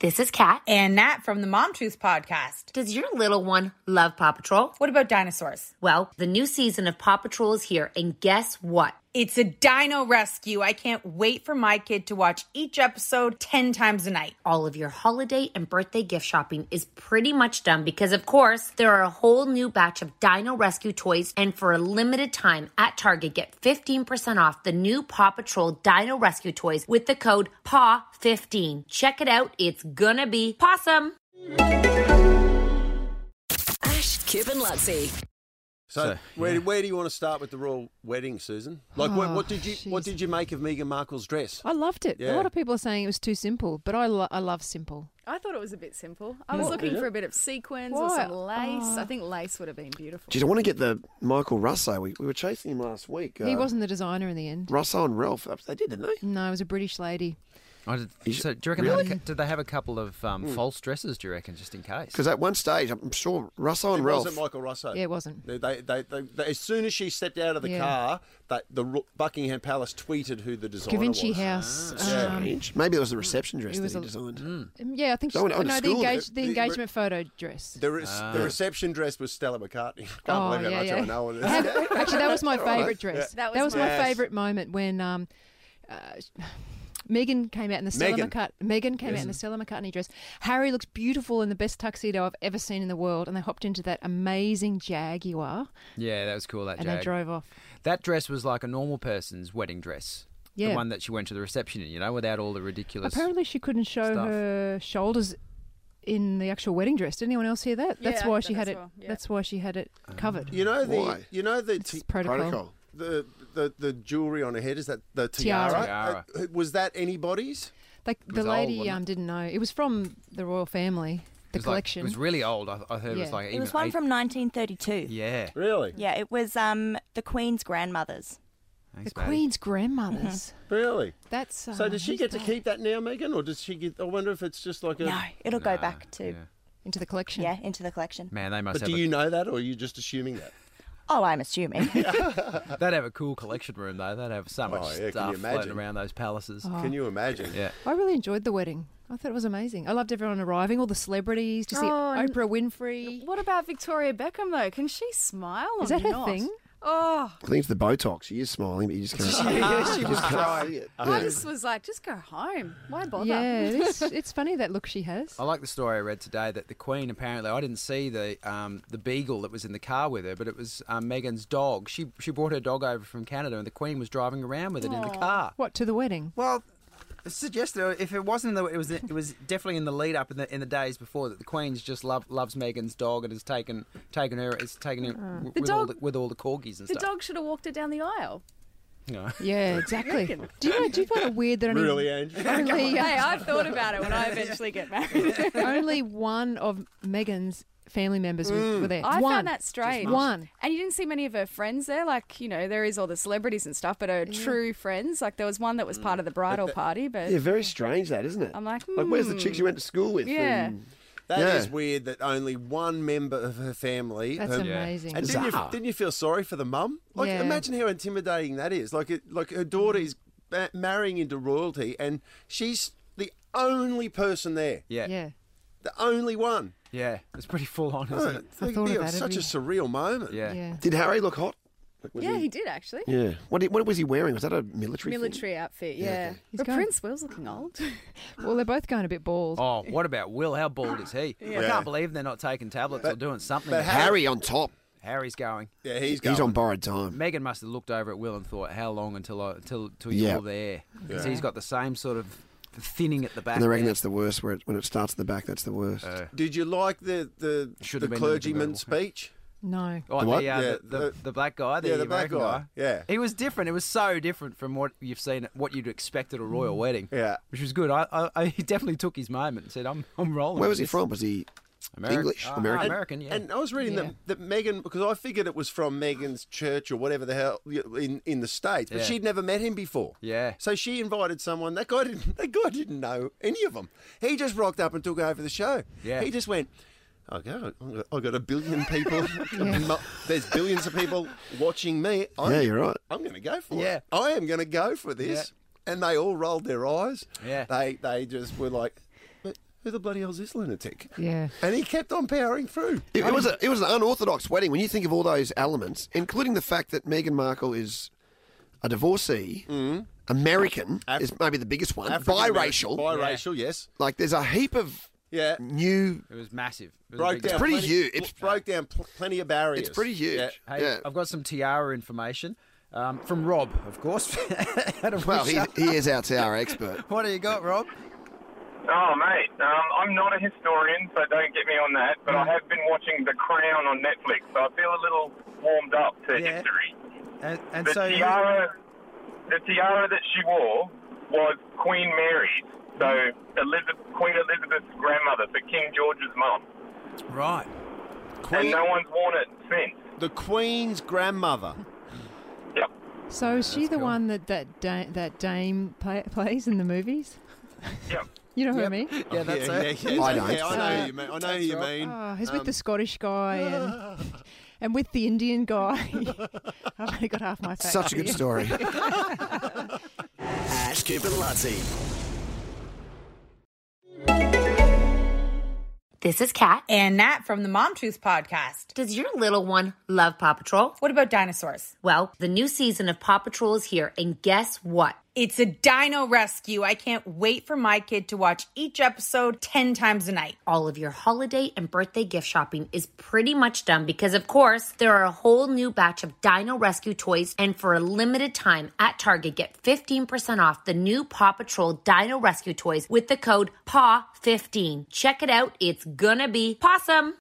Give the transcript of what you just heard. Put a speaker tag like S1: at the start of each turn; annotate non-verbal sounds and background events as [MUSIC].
S1: This is Kat.
S2: and Nat from the Mom Truth podcast.
S1: Does your little one love Paw Patrol?
S2: What about dinosaurs?
S1: Well, the new season of Paw Patrol is here, and guess what?
S2: It's a dino rescue. I can't wait for my kid to watch each episode 10 times a night.
S1: All of your holiday and birthday gift shopping is pretty much done because, of course, there are a whole new batch of Dino Rescue toys. And for a limited time at Target, get 15% off the new Paw Patrol Dino Rescue toys with the code PAW15. Check it out, it's gonna be possum.
S3: Ash, Kip, and Lutzi.
S4: So,
S5: So,
S4: where, where do you want to start with the royal wedding, Susan? Like, what, what did you what did you make of Meghan Markle's dress?
S6: Oh, I loved it.
S4: Yeah.
S6: A lot of people are saying it was too simple, but I, lo- I love simple.
S7: I thought it was a bit simple. I was looking for a bit of sequins or
S6: Why? Oh.
S7: some lace. I think lace would have been beautiful.
S8: Geez, I want to get the Michael Russo. We, we were chasing him last week.
S6: He
S8: Uh,
S6: wasn't Mm. the designer in the end.
S8: Russo and Ralph. They did, didn't they?
S6: No, it was a British lady.
S5: I Oh, did,
S8: You sh-
S5: so do you reckon they had, a cou- did they have a couple of um, false dresses? Do you reckon just in case?
S8: Because at one stage, I'm sure Russo
S4: it
S8: and Ralph.
S4: wasn't Michael Russo.
S6: Yeah, it wasn't.
S4: They, they, they, they, they- as soon as she stepped out of the
S6: Yeah.
S4: car, they, the Ro- Buckingham Palace tweeted who the designer
S6: Givenchy
S4: was. Ah,
S6: House.
S4: Yeah.
S6: um,
S8: Strange. Maybe it was the reception dress
S6: it was
S8: that he
S6: a-
S8: designed.
S6: um, yeah, I think she,
S8: They went
S6: no,
S8: on to
S6: the,
S8: school with
S6: engage,
S4: it.
S6: the
S4: The-
S6: engagement photo dress.
S4: The, re-
S8: Ah.
S4: the reception dress was Stella McCartney. [LAUGHS] Can't
S6: Oh,
S4: believe how
S6: yeah,
S4: much
S6: yeah.
S4: I
S6: [LAUGHS]
S4: know on this.
S6: Have- Actually, that was my favourite dress.
S7: That
S6: That was
S7: was
S6: my
S7: mine.
S6: favourite moment when um, uh, Megan came out in the Stella
S4: Meghan.
S6: McCartney. Megan came out in the Stella McCartney dress. Harry looks beautiful in the best tuxedo I've ever seen in the world, and they hopped into that amazing Jaguar
S5: yeah, that was cool. That
S6: and
S5: Jag.
S6: they drove off.
S5: That dress was like a normal person's wedding dress.
S6: Yeah.
S5: The one that she went to the reception in, you know, without all the ridiculous.
S6: Apparently, she couldn't show
S5: stuff.
S6: her shoulders in the actual wedding dress. Did anyone else hear that? That's
S7: Yeah,
S6: why she had
S7: as
S6: it.
S7: well, yeah.
S6: That's why she had it
S5: Um,
S4: [LAUGHS]
S6: covered.
S4: You know the
S8: Why?
S4: you know the
S6: It's
S4: ti-
S6: protocol.
S8: Protocol.
S4: the, the the jewelry on her head is that the tiara?
S6: Tiara.
S4: Uh, was that anybody's?
S6: Like the
S5: was old,
S6: lady
S5: wasn't it?
S6: um, didn't know it was from the royal family. The
S5: It was like-
S6: collection.
S5: it was really old. I, I heard it was
S6: Yeah.
S5: like
S9: It
S5: even
S9: was one
S5: eight-
S9: from 1932. Yeah.
S5: Yeah.
S4: Really?
S9: it was um the Queen's grandmother's.
S5: Thanks,
S6: the
S5: Maddie.
S6: Queen's grandmother's.
S4: Really?
S6: [LAUGHS] That's uh,
S4: Mm-hmm. So does she
S6: who's
S4: get to
S6: that?
S4: keep that now, Megan, or does she get? I wonder if it's just like a.
S9: No, it'll go
S5: Nah,
S9: back to
S5: yeah.
S6: into the collection?
S9: yeah into the collection.
S5: Man, they must
S4: But
S5: have
S4: do
S5: a,
S4: you know that, or are you just assuming that?
S9: Oh, I'm assuming.
S5: they'd have a cool collection room though. They'd have so much
S4: yeah, can you
S5: stuff floating
S4: imagine? Oh.
S5: around those palaces.
S4: Can you imagine?
S5: Yeah.
S6: I really enjoyed the wedding. I thought it was amazing. I loved everyone arriving, all the celebrities, to see
S7: Oh, and-
S6: Oprah Winfrey.
S7: What about Victoria Beckham though? Can she smile?
S6: Is
S7: or
S6: that her
S7: not?
S6: thing?
S7: Oh,
S8: I think it's the Botox. She is smiling, but you just can't.
S4: yeah, she was
S8: see it.
S7: I
S8: Yeah.
S7: just was like, just go home. Why bother? [LAUGHS]
S6: Yeah, it's, it's funny that look she has.
S5: I like the story I read today that the Queen apparently I didn't see the um, the beagle that was in the car with her, but it was um, Megan's dog. She she brought her dog over from Canada, and the Queen was driving around with it in the car.
S6: What to the wedding?
S5: Well, suggested if it wasn't, in the, it was it was definitely in the lead up in the in the days before that the Queen's just love, loves Megan's dog and has taken taken her it's taken her w-
S7: Uh, The
S5: with, all the,
S7: dog-
S5: with all the corgis and
S7: The
S5: stuff.
S7: dog should have walked her down the aisle.
S5: No.
S6: Yeah, exactly. do you know? Do you find it weird that only
S4: Really, eh?
S7: [LAUGHS]
S4: Angie?
S6: [LAUGHS] only, uh,
S7: Hey, I've thought about it
S6: [LAUGHS]
S7: when I eventually get married.
S6: only one of Megan's family members were, were there?
S7: I
S6: one.
S7: found that strange.
S6: One.
S7: And you didn't see many of her friends there. Like, you know, there is all the celebrities and stuff, but her true friends. Like, there was one that was part of the bridal party, but
S8: Yeah, very strange that, isn't it?
S7: I'm like,
S8: like where's the
S7: hmm.
S8: chicks you went to school with?
S7: Yeah.
S8: And-
S4: That is
S8: Yeah.
S4: weird that only one member of her family.
S6: That's
S4: her-
S6: amazing.
S4: and didn't you,
S8: Bizarre.
S4: didn't you feel sorry for the mum? Like,
S6: Yeah. Mm.
S4: imagine how intimidating that is. Like, it, like her daughter is ma- marrying into royalty, and she's the only person there,
S5: [LAUGHS] Yeah. yeah,
S6: Yeah.
S4: the only one.
S5: yeah, it's pretty full on, isn't it?
S4: Like,
S6: thought of
S4: it was
S6: that
S4: such a
S6: every-
S4: surreal
S5: [LAUGHS]
S4: moment.
S5: Yeah.
S6: Yeah.
S8: Did Harry look hot? Like, was
S7: yeah,
S8: he-
S7: he did actually.
S8: yeah. What, did- what was he wearing? Was that a military? thing?
S7: Military outfit, yeah.
S6: He's
S7: But
S6: going-
S7: Prince Will's looking old. [LAUGHS]
S6: Well, they're both going a bit bald.
S5: Oh, what about Will? How bald is [LAUGHS] he? I can't believe they're not taking tablets or doing something.
S4: but how-
S8: Harry on top.
S5: Harry's going.
S4: Yeah, he's going.
S8: He's on borrowed time.
S5: Megan must have looked over at Will and thought, "How long until I, until, until
S8: Yeah.
S5: you're there?" Because he's got the same sort of thinning at the back.
S8: And they reckon
S5: there.
S8: that's the worst. Where it, when it starts at the back, that's the worst.
S4: Did you like the the,
S5: Should
S4: the
S5: have been in the
S4: clergyman's
S5: convertible.
S4: speech?
S6: No.
S5: Oh,
S8: The
S5: the,
S8: what?
S5: uh,
S4: Yeah,
S5: the, the,
S4: the-
S5: the black guy. The
S4: yeah, the black
S5: American
S4: guy. Yeah.
S5: He was different. It was so different from what you've seen, what you'd expect at a
S8: Mm.
S5: royal wedding.
S4: Yeah.
S5: Which was good. I, I, I he definitely took his moment and said, I'm, I'm rolling.
S8: Where
S5: with
S8: was he
S5: this."
S8: from? Was he
S5: American.
S8: English?
S5: Ah,
S8: American?
S5: American, yeah.
S4: And I was reading
S6: Yeah.
S4: that, that Megan, because I figured it was from Megan's church or whatever the hell in, in the States, but
S5: Yeah.
S4: she'd never met him before.
S5: Yeah.
S4: So she invited someone. That guy didn't, [LAUGHS] that guy didn't know any of them. He just rocked up and took over the show.
S5: Yeah.
S4: He just went, okay, I've got- I've got a
S5: [LAUGHS]
S4: billion people. [LAUGHS] Mo- There's billions of people watching me. I'm,
S8: Yeah, you're right.
S4: I'm going to go for
S5: Yeah.
S4: it. I am going to go for this. And they all rolled their eyes.
S5: Yeah.
S4: They, they just were like, "But who the bloody hell's this lunatic?
S6: Yeah.
S4: And he kept on powering through.
S8: It, it was a, it was an unorthodox wedding. When you think of all those elements, including the fact that Meghan Markle is a divorcee, American is maybe the biggest one, biracial.
S4: Biracial, yes.
S8: Like there's a heap of
S4: Yeah.
S8: new.
S5: It was massive. It was a
S4: Broke
S5: big-
S4: down.
S8: It's pretty
S4: plenty,
S8: huge. It's-
S4: broke down pl- plenty of barriers.
S8: It's pretty huge.
S4: Yeah.
S8: Yeah.
S5: Hey, I've got some tiara information um, from Rob, of course. [LAUGHS] Out of
S8: Well, he,
S5: Wiltshire.
S8: he is our tower
S5: [LAUGHS]
S8: expert.
S5: what do you got, Rob?
S10: Oh, mate, um, I'm not a historian, so don't get me on that, but I have been watching The Crown on Netflix, so I feel a little warmed up to
S5: Yeah.
S10: history.
S5: And, and
S10: The
S5: so,
S10: tiara, the tiara that she wore was Queen Mary's, so Elizabeth, Queen Elizabeth's grandmother, so King George's mum,
S5: right.
S10: [LAUGHS] and
S4: Queen,
S10: no one's worn it since.
S4: the Queen's grandmother.
S10: Yep.
S6: So is she the one that that da- that Dame play, [LAUGHS] plays in the movies?
S10: Yep.
S6: You know who I mean?
S5: Yeah, that's
S4: yeah,
S5: it.
S4: yeah, yeah,
S8: I
S4: yeah,
S8: don't.
S4: I know who you mean. I know who you mean.
S6: Oh, he's with the Scottish guy and [LAUGHS] and with the Indian guy. [LAUGHS] I've only got half my facts.
S8: Such a good
S6: here.
S8: story.
S3: Ash, Kip, and Lutzi.
S1: This is Kat.
S2: And Nat from the Mom Truth podcast.
S1: Does your little one love Paw Patrol?
S2: What about dinosaurs?
S1: Well, the new season of Paw Patrol is here, and guess what?
S2: It's a dino rescue. I can't wait for my kid to watch each episode 10 times a night.
S1: all of your holiday and birthday gift shopping is pretty much done because, of course, there are a whole new batch of Dino Rescue toys. And for a limited time at Target, get 15% off the new Paw Patrol Dino Rescue toys with the code PAW15. Check it out, it's gonna be possum.